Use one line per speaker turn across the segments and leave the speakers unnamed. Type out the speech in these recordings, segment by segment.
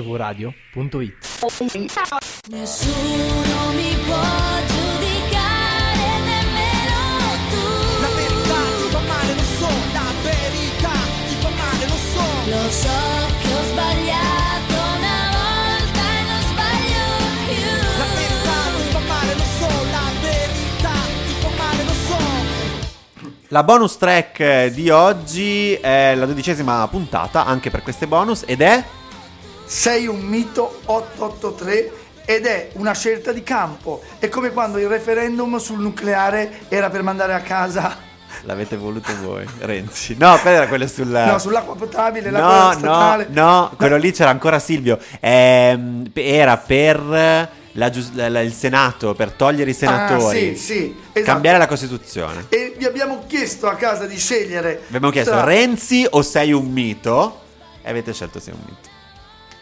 mvradio.it.
Nessuno mi può giudicare, nemmeno tu.
La verità ti fa male, lo so, la verità ti fa male, lo so.
Lo so che ho sbagliato una volta e non sbaglio
La verità
più.
ti fa male, lo so, la verità ti fa male, lo so.
La bonus track eh, di oggi è la dodicesima puntata, anche per queste bonus, ed è...
Sei un mito 883 ed è una scelta di campo. È come quando il referendum sul nucleare era per mandare a casa
L'avete voluto voi, Renzi. No, quella era quella sulla...
no, sull'acqua potabile, l'acqua
Eh. No, no,
statale.
no, quello lì c'era ancora Silvio. Ehm, pe- era per la gius- la- la- il Senato, per togliere i senatori.
Ah, sì, sì, esatto.
Cambiare la Costituzione.
E vi abbiamo chiesto a casa di scegliere.
Vi abbiamo chiesto
tra-
Renzi o sei un mito? E avete scelto sei un mito.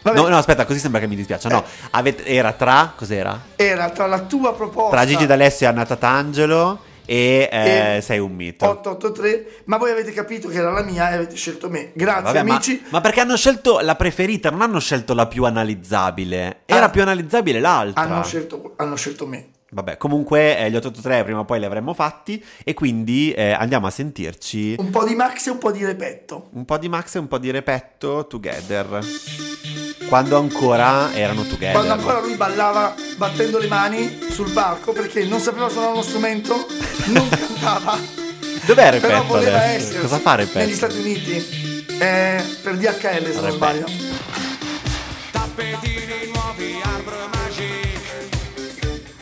Vabbè, Eh.
No, no, aspetta, così sembra che mi dispiaccia. No, avete- era tra... Cos'era?
Era tra la tua proposta.
Tra Gigi D'Alessio e Anna Tatangelo e, eh,
E-
sei un mito.
883, ma voi avete capito che era la mia e avete scelto me. Grazie
Vabbè, ma,
amici.
ma perché hanno scelto la preferita, non hanno scelto la più analizzabile. Era
Ah.
più analizzabile l'altra.
Hanno scelto, hanno scelto me.
Vabbè, comunque eh, gli 883 prima o poi li avremmo fatti e quindi eh, andiamo a sentirci
Un po' di Max e un po' di Repetto.
un po' di Max e un po' di Repetto together. Quando ancora erano together.
Quando ancora lui ballava battendo le mani sul palco perché non sapeva suonare uno strumento, non cantava.
Dov'è
Però
Repetto
voleva
adesso?
essere
Cosa fa Repetto?
negli Stati Uniti eh, per DHL se non
Repetto.
sbaglio.
Tappetini nuovi, Arbor Magic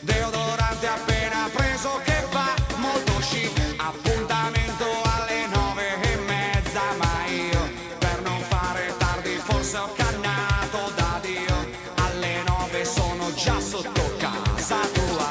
Deodorante appena preso che va molto chic Appuntamento alle nove e mezza Ma io per non fare tardi forse ho cannato da Dio Alle nove sono già sotto casa tua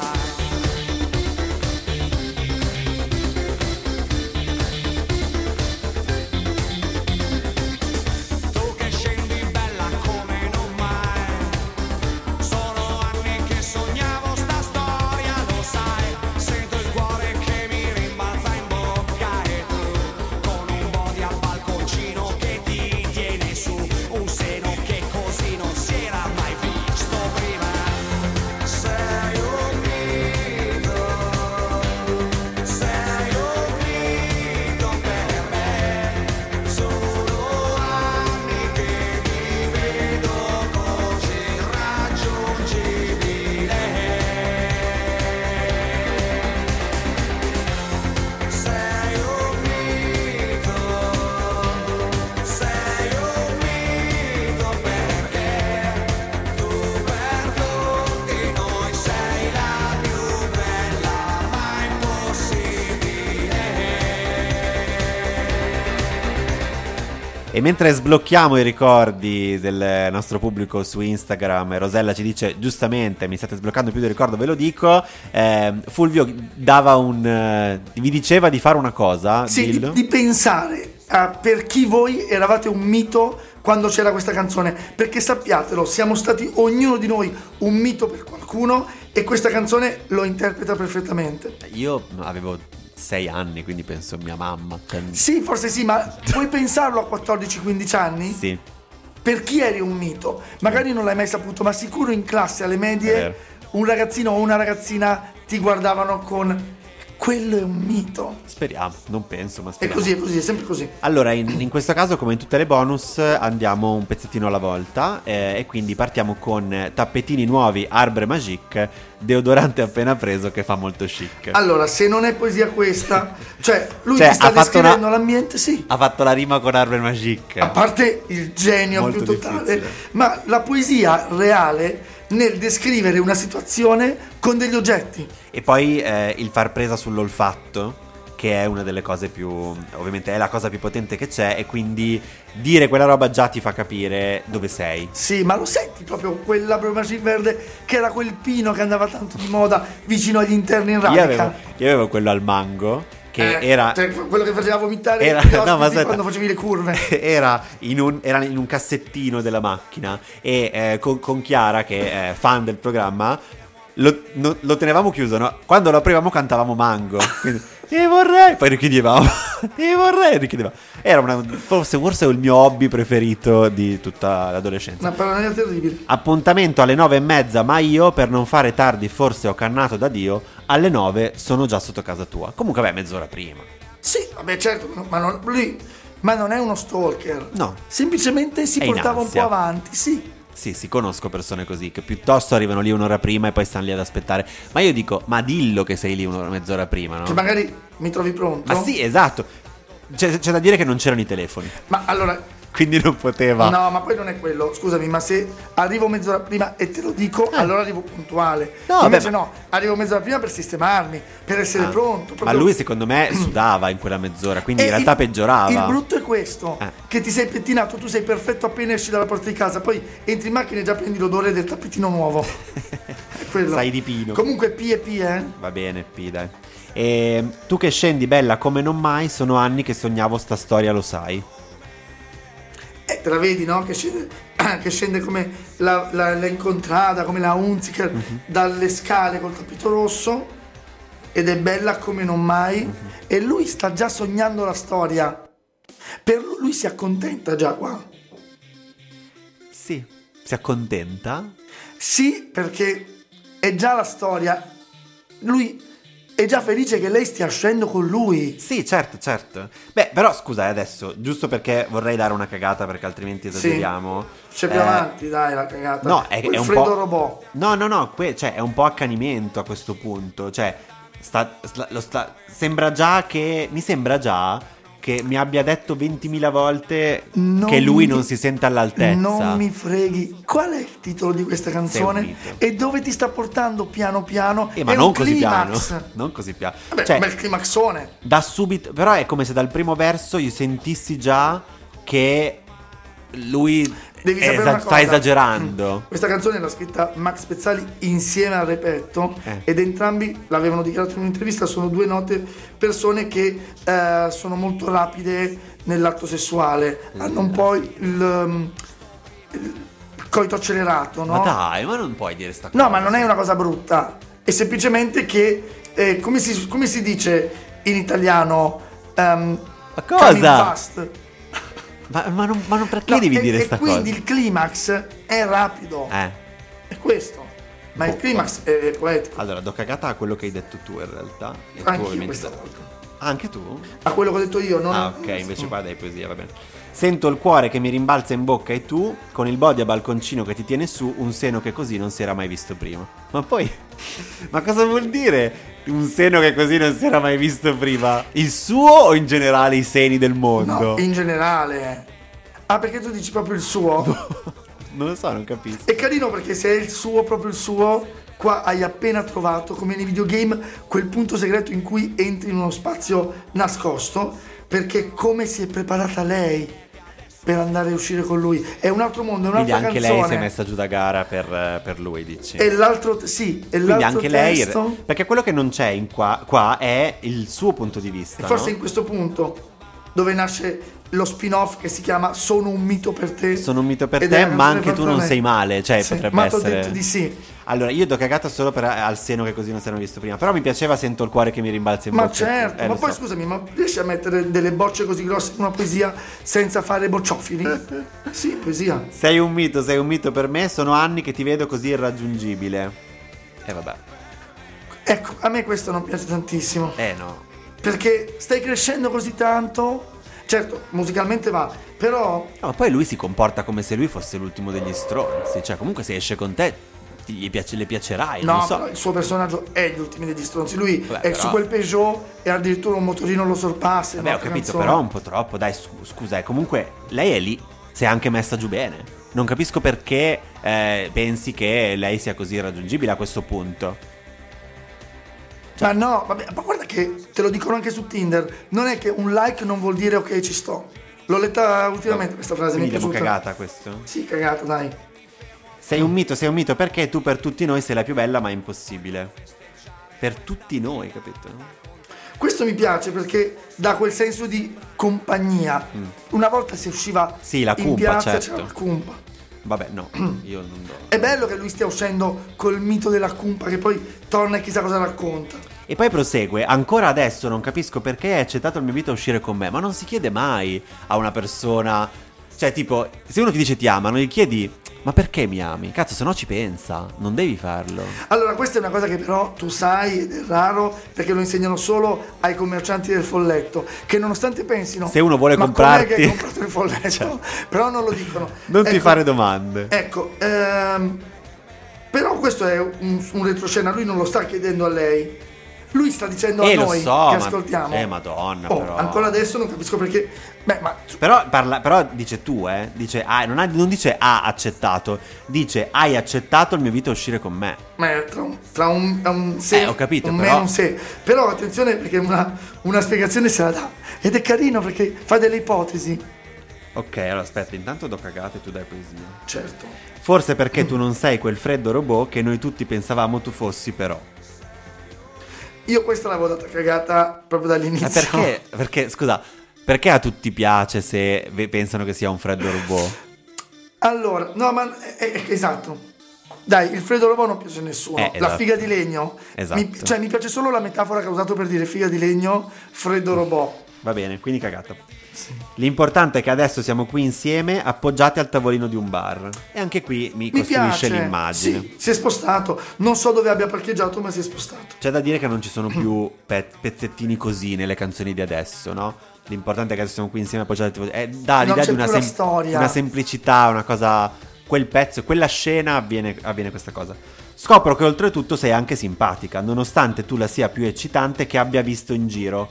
Tu che scendi bella come non mai Sono anni che sognavo sta storia, lo sai Sento il cuore che mi rimbalza in bocca E tu con un body a balconcino che ti tiene su Un seno che così non si era mai visto prima Sei un mito Sei un mito per me Sono anni che ti vedo così irraggiungibile Sei un mito Sei un mito perché Tu per tutti noi sei la più bella ma impossibile
E mentre sblocchiamo i ricordi del nostro pubblico su Instagram, Rosella ci dice giustamente mi state sbloccando più del ricordo, ve lo dico. eh, Fulvio dava un. eh, vi diceva di fare una cosa.
Sì, di,
dillo.
di pensare a per chi voi eravate un mito quando c'era questa canzone. Perché sappiatelo, siamo stati ognuno di noi un mito per qualcuno e questa canzone lo interpreta perfettamente.
Io avevo sei anni, quindi penso mia mamma. cioè,
Sì, forse sì, ma puoi pensarlo a 14-15 anni?
sì.
Per chi eri un mito? Magari non l'hai mai saputo, ma sicuro in classe alle
È vero.
medie un ragazzino o una ragazzina ti guardavano con quello è un mito.
Speriamo, non penso, ma
E
speriamo.
così, è così, è sempre così.
Allora, in, in questo caso, come in tutte le bonus, andiamo un pezzettino alla volta eh, e quindi partiamo con eh, tappetini nuovi, arbre magique, deodorante appena preso che fa molto chic.
Allora, se non è poesia questa, cioè lui
Cioè,
ti sta
ha fatto
descrivendo
una-
l'ambiente, sì. Ah,
ha fatto la rima con arbre magique.
A parte il genio
Molto
più totale,
difficile.
ma la poesia reale nel descrivere una situazione con degli oggetti.
E poi eh, il far presa sull'olfatto, che è una delle cose più. ovviamente è la cosa più potente che c'è, e quindi dire quella roba già ti fa capire dove sei.
Sì, ma lo senti proprio quella Magic verde che era quel pino che andava tanto di moda vicino agli interni in
Io
radica.
avevo, io avevo quello al mango, che
Eh,
era.
cioè, quello che faceva vomitare
Era-
gli ospiti
no, ma aspetta.
quando facevi le curve.
Era in, un, era in un cassettino della macchina e eh, con, con Chiara, che è fan del programma, lo, no- lo tenevamo chiuso. no? Quando lo aprivamo cantavamo mango. Quindi Ti vorrei. Poi richiedeva. Ti vorrei. Richiedeva. Era una, forse, forse il mio hobby preferito di tutta l'adolescenza.
Una paranoia terribile.
Appuntamento alle nove e mezza, ma io per non fare tardi, forse ho cannato da Dio. Alle nove sono già sotto casa tua. Comunque, beh, mezz'ora prima.
Sì, vabbè, certo, ma non, lui, ma non è uno stalker.
No.
Semplicemente si
È in
portava un po'
ansia.
avanti, sì.
Sì, sì, conosco persone così che piuttosto arrivano lì un'ora prima e poi stanno lì ad aspettare. Ma io dico, ma dillo che sei lì un'ora, mezz'ora prima,
Che
no?
magari mi trovi pronto.
Ma sì, esatto. C'è, c'è da dire che non c'erano i telefoni,
Ma allora,
quindi non poteva. Ah.
no, ma poi non è quello. Scusami, ma se arrivo mezz'ora prima e te lo dico, allora arrivo puntuale.
Eh. No,
Invece
vabbè, ma- Ah.
no, arrivo mezz'ora prima per sistemarmi, per essere pronto.
Ma
proprio-
lui secondo me sudava in quella mezz'ora, quindi
E
in realtà
il-
peggiorava.
Il brutto è questo:
Eh.
che ti sei pettinato, tu sei perfetto appena esci dalla porta di casa, poi entri in macchina e già prendi l'odore del tappetino nuovo. È quello.
Sai di Pino.
Comunque P e P, eh.
Va bene, P, dai. E, tu che scendi bella come non mai, sono anni che sognavo sta storia, lo sai.
Eh, te la vedi, no? Che scende, che scende come la, la- la incontrata, come la Hunziker
Mhm.
dalle scale col tappeto rosso ed è bella come non mai.
Mhm.
E lui sta già sognando la storia. Per lui, lui si accontenta già qua.
Sì. Si accontenta?
Sì, perché è già la storia. Lui è già felice che lei stia uscendo con lui.
Sì, certo, certo. Beh, però scusa eh, adesso, giusto perché vorrei dare una cagata perché altrimenti esageriamo.
C'è più
Eh,
avanti, dai, la cagata.
No, è,
Quel
è un
freddo
po'...
robot.
No, no, no, que- cioè, è un po' accanimento a questo punto. Cioè, sta- sta- lo sta- sembra già che... Mi sembra già che mi abbia detto 20.000 volte
Non
che lui
mi-
non si sente all'altezza.
Non mi freghi. Qual è il titolo di questa canzone?
mito.
E dove ti sta portando piano piano?
Eh, ma
È
non
un
così
climax.
piano. Non così piano.
Vabbè,
Cioè,
bel climaxone.
da subito... Però è come se dal primo verso io sentissi già che lui
Devi
è
sapere
esa-
una
sta
cosa.
Eh,
Mm.
esagerando.
Questa canzone l'ha scritta Max Pezzali insieme al Repetto
Eh.
ed entrambi l'avevano dichiarato in un'intervista, sono due note persone che eh, sono molto rapide nell'atto sessuale,
Mm.
hanno un po' il, um, il coito accelerato, no?
Ma dai, ma non puoi dire sta cosa.
No, ma non è una cosa brutta, è semplicemente che, eh, come, si, come si dice in italiano, ehm,
Ma
coming
cosa?
fast.
Ma, ma non, ma non- perché
No,
devi
e-
dire
e
sta
quindi
cosa?
il climax è rapido.
Eh.
È questo. Ma il climax eh, è, è poetico.
Allora, do cagata a quello che hai detto tu in realtà. E tu
Anche
ovviamente-
questa volta.
Ah, Anche tu?
A quello che ho detto io, non
Ah, ok, invece qua dai poesia, va bene. Sento il cuore che mi rimbalza in bocca e tu, con il body a balconcino che ti tiene su, un seno che così non si era mai visto prima. Ma poi, ma cosa vuol dire un seno che così non si era mai visto prima? Il suo o in generale i seni del mondo?
No, in generale. Ah, perché tu dici proprio il suo?
Non lo so, non capisco.
è carino perché se è il suo, proprio il suo, qua hai appena trovato, come nei videogame, quel punto segreto in cui entri in uno spazio nascosto, perché come si è preparata lei per andare a uscire con lui. È un altro mondo, è
Quindi
un'altra
anche
canzone.
lei si è messa giù da gara per, per lui, dici?
E l'altro, sì, e
Quindi
l'altro
anche lei.
testo...
Perché quello che non c'è in qua, qua è il suo punto di vista.
E forse
Ah, no?
in questo punto dove nasce lo spin-off che si chiama Sono un mito per te.
Sono un mito per
Ed
te,
è una
ma
canzone
anche tu
fatta
non
da me.
sei male. Cioè,
Sì,
potrebbe
ma t'ho
essere.
detto di sì.
Allora, io do cagata solo per, eh, al seno che così non si erano visto prima. Però mi piaceva sento il cuore che mi rimbalza in
Ma
bocca.
certo,
Eh,
ma
lo
poi
so.
scusami, ma riesci a mettere delle bocce così grosse in una poesia senza fare bocciofili? sì, poesia.
Sei un mito, sei un mito per me. Sono anni che ti vedo così irraggiungibile. E vabbè.
Ecco, a me questo non piace tantissimo.
Eh no.
Perché stai crescendo così tanto. Certo, musicalmente va, però
No, ma poi lui si comporta come se lui fosse l'ultimo degli stronzi. Cioè, comunque, se esce con te, ti- gli piace- le piacerai.
No,
Eh, non so.
però il suo personaggio è gli ultimi degli stronzi. Lui
Vabbè,
è
però-
su quel Peugeot e addirittura un motorino lo sorpassa. in
Vabbè, ho
un'altra
capito,
canzone.
però un po' troppo. Dai, scu- scusa, eh, comunque lei è lì, si è anche messa giù bene. Non capisco perché eh, pensi che lei sia così raggiungibile a questo punto.
Ma Cioè, no, vabbè, ma guarda che te lo dicono anche su Tinder. Non è che un like non vuol dire ok, ci sto. L'ho letta ultimamente questa frase.
Quindi
mi è
l'abbiamo
piaciuta.
cagata questo.
Sì, cagata, dai.
Sei un mito, sei un mito, perché tu per tutti noi sei la più bella, ma è impossibile. Per tutti noi, capito?
Questo mi piace perché dà quel senso di compagnia. Una volta si usciva
Mm. Sì, la
in
cumpa,
piazza e
certo.
c'era la cumpa.
Vabbè, no, io non do.
È bello che lui stia uscendo col mito della cumpa che poi torna e chissà cosa racconta.
E poi prosegue, ancora adesso non capisco perché hai accettato il mio invito a uscire con me, ma non si chiede mai a una persona, cioè tipo, se uno ti dice ti ama, non gli chiedi, ma perché mi ami? Cazzo, se no ci pensa, non devi farlo.
Allora, questa è una cosa che però tu sai ed è raro perché lo insegnano solo ai commercianti del folletto, che nonostante pensino
Se uno vuole
"Ma
comprarti-
com'è che hai comprato il folletto,
Cioè.
però non lo dicono.
Non ti
Ecco,
fare domande.
Ecco, ehm, però questo è un, un retroscena, lui non lo sta chiedendo a lei. Lui sta dicendo
Eh,
a
lo
noi
so, ma-
che ascoltiamo.
eh, madonna,
Oh,
però.
Ancora adesso non capisco perché. Beh, ma
Però, parla- però dice tu, eh, dice, ah, non, ha- non dice ha accettato, dice hai accettato il mio invito a uscire con me.
Ma è tra un, tra un, è un se,
Eh, ho capito,
un me e
però-
un se. Però attenzione perché una, una spiegazione se la dà. Ed è carino perché fa delle ipotesi.
Ok, allora aspetta, intanto do cagate e tu dai poesia.
Certo.
Forse perché tu non sei quel freddo robot che noi tutti pensavamo tu fossi però.
Io questa l'avevo data cagata proprio
Ma
dall'inizio.
perché, perché, scusa, perché a tutti piace se ve- pensano che sia un freddo robot?
Allora, no, ma eh, eh, esatto. Dai, il freddo robot non piace a nessuno.
Eh,
La
esatto.
figa di legno.
Esatto.
Mi, cioè, mi piace solo la metafora che ha usato per dire figa di legno, freddo robot.
Va bene, quindi cagata. L'importante è che adesso siamo qui insieme, appoggiati al tavolino di un bar. E anche qui mi,
Mi
costruisce
piace.
l'immagine.
Sì, si è spostato. Non so dove abbia parcheggiato, ma si è spostato.
C'è da dire che non ci sono più pe- pezzettini così nelle canzoni di adesso, no? L'importante è che adesso siamo qui insieme a appoggiati. Eh, dà
Non
l'idea
c'è
di una,
più la
sem-
storia.
una semplicità, una cosa. Quel pezzo, quella scena avviene, avviene questa cosa. Scopro che oltretutto sei anche simpatica, nonostante tu la sia più eccitante che abbia visto in giro.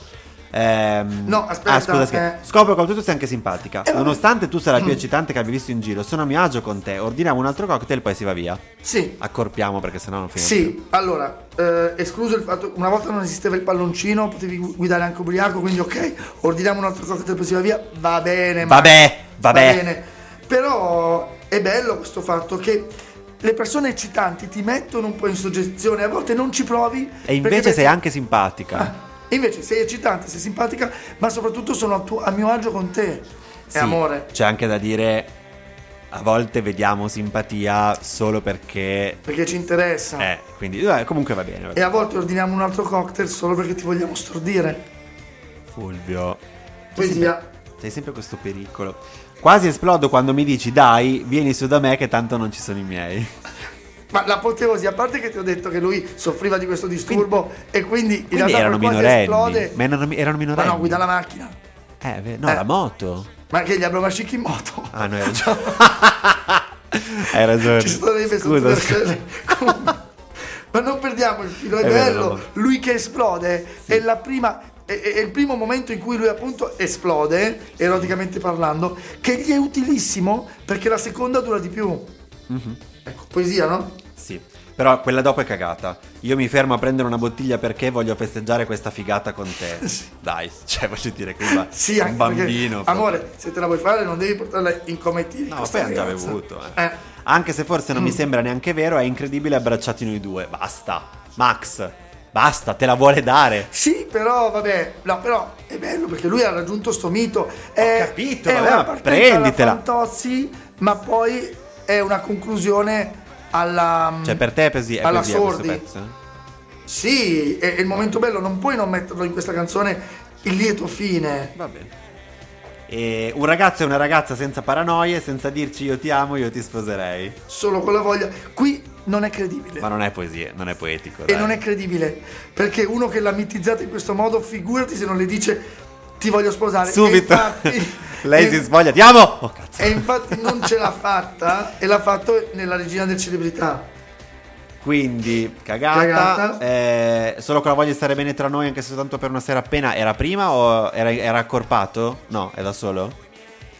Ehm,
No, aspetta,
ah, scusa, scherzo.
eh.
Scopro che oltretutto sei anche simpatica. Nonostante tu sarai più eccitante che abbia visto in giro, sono a mio agio con te. Ordiniamo un altro cocktail, poi si va via.
Sì,
Accorpiamo perché sennò non finisce.
Sì, allora, eh, escluso il fatto una volta non esisteva il palloncino, potevi gu- guidare anche ubriaco, quindi ok, ordiniamo un altro cocktail per la via, va bene. eh, ma-
Vabbè, vabbè.
Però è bello questo fatto che le persone eccitanti ti mettono un po' in soggezione, a volte non ci provi.
E
perché Ah,
invece
pensi-
sei anche simpatica.
E Invece sei eccitante, sei simpatica, ma soprattutto sono a, tuo- a mio agio con te. E
Sì,
amore.
C'è anche da dire, a volte vediamo simpatia solo perché...
Perché ci interessa.
Eh, quindi eh, comunque va bene. va
E
bene.
a volte ordiniamo un altro cocktail solo perché ti vogliamo stordire.
Fulvio.
Poesia.
Sei sempre questo pericolo. Quasi esplodo quando mi dici dai, vieni su da me che tanto non ci sono i miei.
Ma l'apoteosi, a parte che ti ho detto che lui soffriva di questo disturbo e quindi in
Quindi
realtà
erano
per quasi
minorenni.
esplode.
Ma erano, erano
Ma
minorenni.
no, guida la macchina.
Eh, beh, no,
Eh.
la moto.
Ma che gli abrobascichi in moto.
Ah, no, hai ragione. hai ragione.
Ci sarebbe
Scusa,
sotto
scusa.
Ma non perdiamo il filo, è,
È vero,
bello.
no.
lui che esplode è la prima. È, è- è il primo momento in cui lui appunto esplode, eroticamente parlando, che gli è utilissimo perché la seconda dura di più.
Mhm.
Ecco, poesia, no?
Sì, però quella dopo è cagata. Io mi fermo a prendere una bottiglia perché voglio festeggiare questa figata con te.
Sì.
Dai, cioè voglio dire, qui va
Sì, anche
un
perché,
bambino.
amore, se te la vuoi fare non devi portarla in comettini.
No,
questa
poi hanno già
ragazza.
bevuto. eh.
Eh, Mm.
Anche se forse non mi sembra neanche vero, è incredibile abbracciati noi due. Basta. Max, basta, te la vuole dare.
Sì, però vabbè, no, però è bello perché lui ha raggiunto sto mito. È,
capito,
è
vabbè,
una
ma
partenza
prenditela.
alla Fantozzi, ma poi è una conclusione alla mm,
Cioè, per te è così, è
alla
così, è questo
sordi.
pezzo? eh.
Sì, è, è il momento bello, non puoi non metterlo in questa canzone il lieto fine.
Va bene. E un ragazzo e una ragazza senza paranoie, senza dirci io ti amo, io ti sposerei.
Solo con la voglia. Qui non è credibile.
Ma non è poesia, non è poetico.
E
dai.
non è credibile, perché uno che l'ha mitizzata in questo modo, figurati se non le dice ti voglio sposare.
Subito.
E infatti,
Lei
e-
si svoglia, ti amo! Oh cazzo.
E infatti non ce l'ha fatta e l'ha fatto nella regina delle celebrità.
Quindi, cagata.
Cagata.
eh, solo con la voglia di stare bene tra noi, anche se soltanto per una sera appena. Era prima o era, era accorpato? No, è da solo?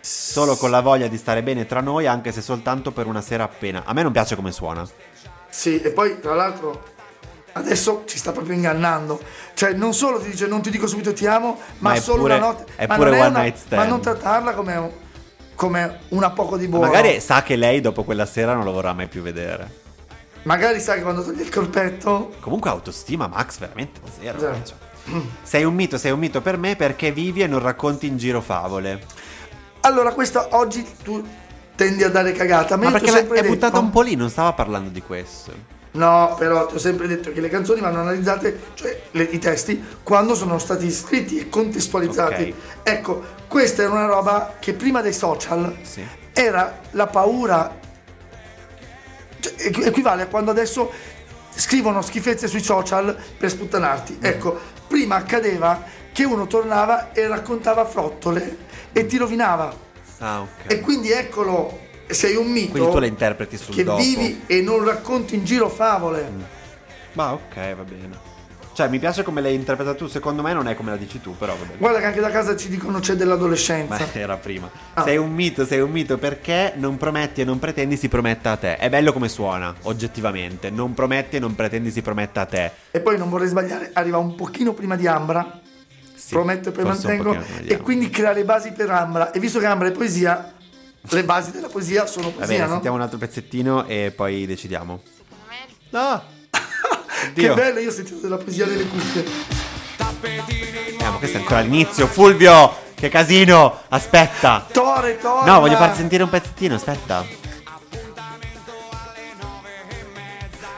Solo con la voglia di stare bene tra noi, anche se soltanto per una sera appena. A me non piace come suona.
Sì, e poi tra l'altro adesso ci sta proprio ingannando. Cioè non solo ti dice non ti dico subito ti amo, ma,
Ma è
solo
pure-
una notte.
è
ma
pure
non
one
una-
night stand.
Ma non trattarla come, un- come una poco di buono.
Magari sa che lei dopo quella sera non lo vorrà mai più vedere.
Magari sai che quando togli il corpetto
Comunque autostima, Max, veramente zero.
Zero.
cioè. Sei un mito, sei un mito per me perché vivi e non racconti in giro favole.
Allora, questa oggi tu tendi a dare cagata. Ma,
Ma
io ti ho
perché l'ha-
sempre
è buttata
detto-
un po' lì, non stava parlando di questo.
No, però ti ho sempre detto che le canzoni vanno analizzate, cioè le- i testi, quando sono stati scritti e contestualizzati.
Ok.
Ecco, questa era una roba che prima dei social
Sì.
era la paura. cioè, equ- equivale a quando adesso scrivono schifezze sui social per
Mm.
sputtanarti. Ecco, prima accadeva che uno tornava e raccontava frottole e ti rovinava.
Ah, ok.
E quindi eccolo, sei un mito.
Quindi tu le interpreti sul
Che
dopo. Mm.
vivi e non racconti in giro favole.
Ma ok, va bene. Cioè, mi piace come l'hai interpretata tu, secondo me non è come la dici tu, però va bene.
Guarda che anche da casa ci dicono c'è dell'adolescenza.
Ma era prima.
Ah.
Sei un mito, sei un mito perché non prometti e non pretendi si prometta a te. È bello come suona, oggettivamente. Non prometti e non pretendi si prometta a te.
E poi non vorrei sbagliare, arriva un pochino prima di Ambra.
Sì,
prometto e poi
forse un
mantengo.
pochino come
E
diamo.
quindi crea le basi per Ambra. E visto che Ambra è poesia, le basi della poesia sono
Va
poesia,
bene,
no?
sentiamo un altro pezzettino e poi decidiamo. No!
Che
Oddio.
bello, io ho sentito della poesia delle cuffie.
Eh, ma questo è ancora l'inizio. Fulvio! Che casino! Aspetta!
Tore, Tore.
No, voglio farti sentire un pezzettino, aspetta.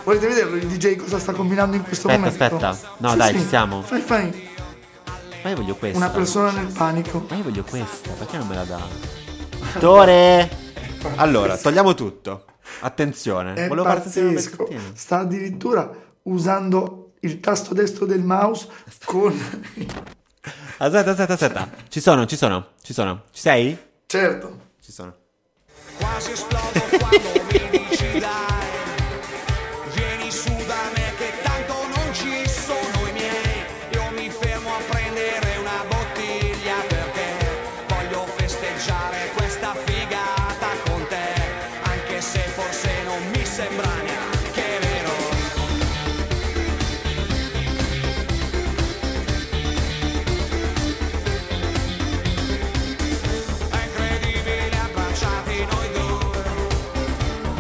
Volete vederlo il DJ cosa sta combinando in questo
Aspetta,
momento?
aspetta. No, dai, ci siamo.
Fai, fai.
Ma io voglio questa.
Una persona nel panico.
Ma io voglio questa, perché non me la dà? Tore! Allora, togliamo tutto. Attenzione,
Eh, È
volevo farti sentire un
pazzesco.
pezzettino.
Sta addirittura usando il tasto destro del mouse con...
Aspetta, aspetta, aspetta. Ci sono, ci sono, ci sono. Ci sei?
certo.
Ci sono.
Quasi esplodo quando mi dici dai Vieni su da me che tanto non ci sono i miei Io mi fermo a prendere una bottiglia perché Voglio festeggiare questa figata con te Anche se forse non mi sembra neanche vero È incredibile abbracciati noi due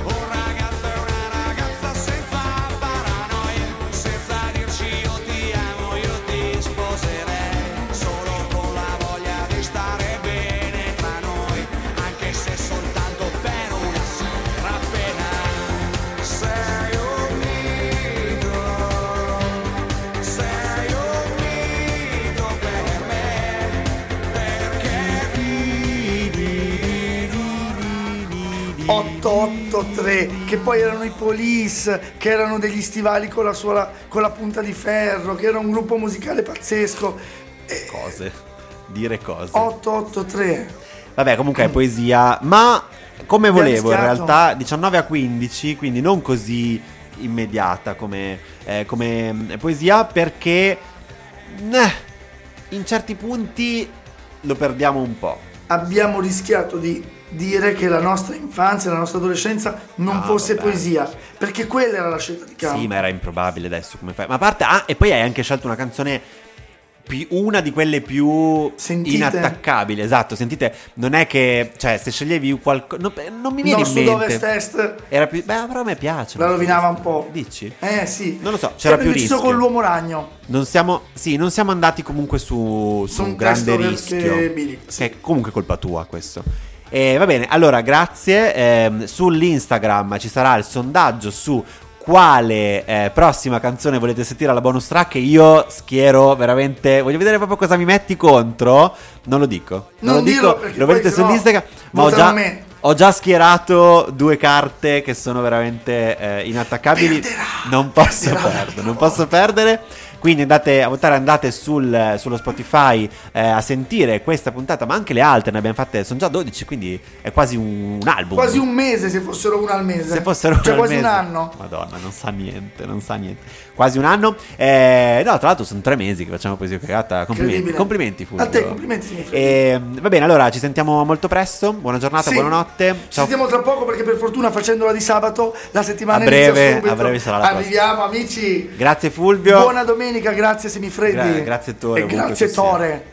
Un ragazzo e una ragazza senza paranoia Senza dirci io ti amo, io ti sposerei Solo con la voglia di stare bene tra noi Anche se soltanto per una sera appena Sei un mito Sei un mito per me perché vivi
883, che poi erano i Police, che erano degli stivali con la, suola- con la punta di ferro, che era un gruppo musicale pazzesco. Eh,
Cose. Dire cose.
883.
Vabbè, comunque è poesia, ma come
Mi ha
volevo in
rischiato.
realtà 19 a 15, quindi non così immediata come, eh, come, mm, poesia perché eh, in certi punti lo perdiamo un po'.
Abbiamo rischiato di dire che la nostra infanzia, la nostra adolescenza non
Ah,
fosse
vabbè.
poesia, perché quella era la scelta di campo.
Sì, ma era improbabile adesso come fai. Ma a parte ah, e poi hai anche scelto una canzone pi- una di quelle più
Sentite.
inattaccabili, esatto, sentite, non è che cioè se sceglievi qualcosa non, non mi viene
no,
in
su
mente.
Ovest Est
Era più beh, però a me piace.
la rovinava un po'.
Dici?
Eh sì.
Non lo so, c'era più
Era deciso
rischio.
con l'uomo ragno.
Non siamo, sì, non siamo andati comunque su, su
Su
un
un
grande
testo
rischio.
che Billy, sì.
Che è comunque colpa tua questo. Eh, va bene, allora grazie. Ehm, sull'Instagram ci sarà il sondaggio su quale eh, prossima canzone volete sentire alla bonus track. Io schiero veramente. Voglio vedere proprio cosa mi metti contro. Non lo dico.
Non
lo
dirlo,
dico.
perché
Lo
poi
vedete
sennò
sull'Instagram. Ma ho
votano
già,
me.
ho già schierato due carte che sono veramente eh, inattaccabili. non posso perdere, non posso perdere. Quindi andate a votare, andate sul- sullo Spotify eh, a sentire questa puntata, ma anche le altre, ne abbiamo fatte, sono già 12, quindi è quasi un, un album.
Quasi un mese se fossero una al mese.
Se fossero
cioè
al
quasi
mese.
un anno.
Madonna, non sa niente, non sa niente. Quasi un anno. Eh, no, tra l'altro sono tre mesi che facciamo poesia cagata. Complimenti.
Incredibile.
Complimenti, Fulvio.
A te, complimenti, signor Fulvio.
Eh, va bene, allora ci sentiamo molto presto. Buona giornata,
Sì.
buonanotte.
Ci sentiamo tra poco perché per fortuna facendola di sabato la settimana
A breve-
inizia subito.
a breve sarà la prossima.
Arriviamo amici.
Grazie Fulvio.
Buona domenica, grazie Semifreddi.
Gra- grazie, Tore,
E
ovunque
grazie
tu sia.
Tore.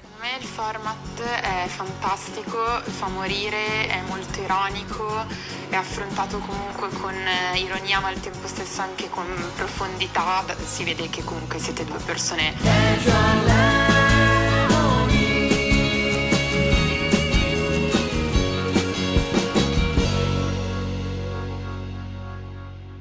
Secondo me il format è fantastico, fa morire, è molto ironico, è affrontato comunque con eh, ironia ma al tempo stesso anche con profondità, si vede che comunque siete due persone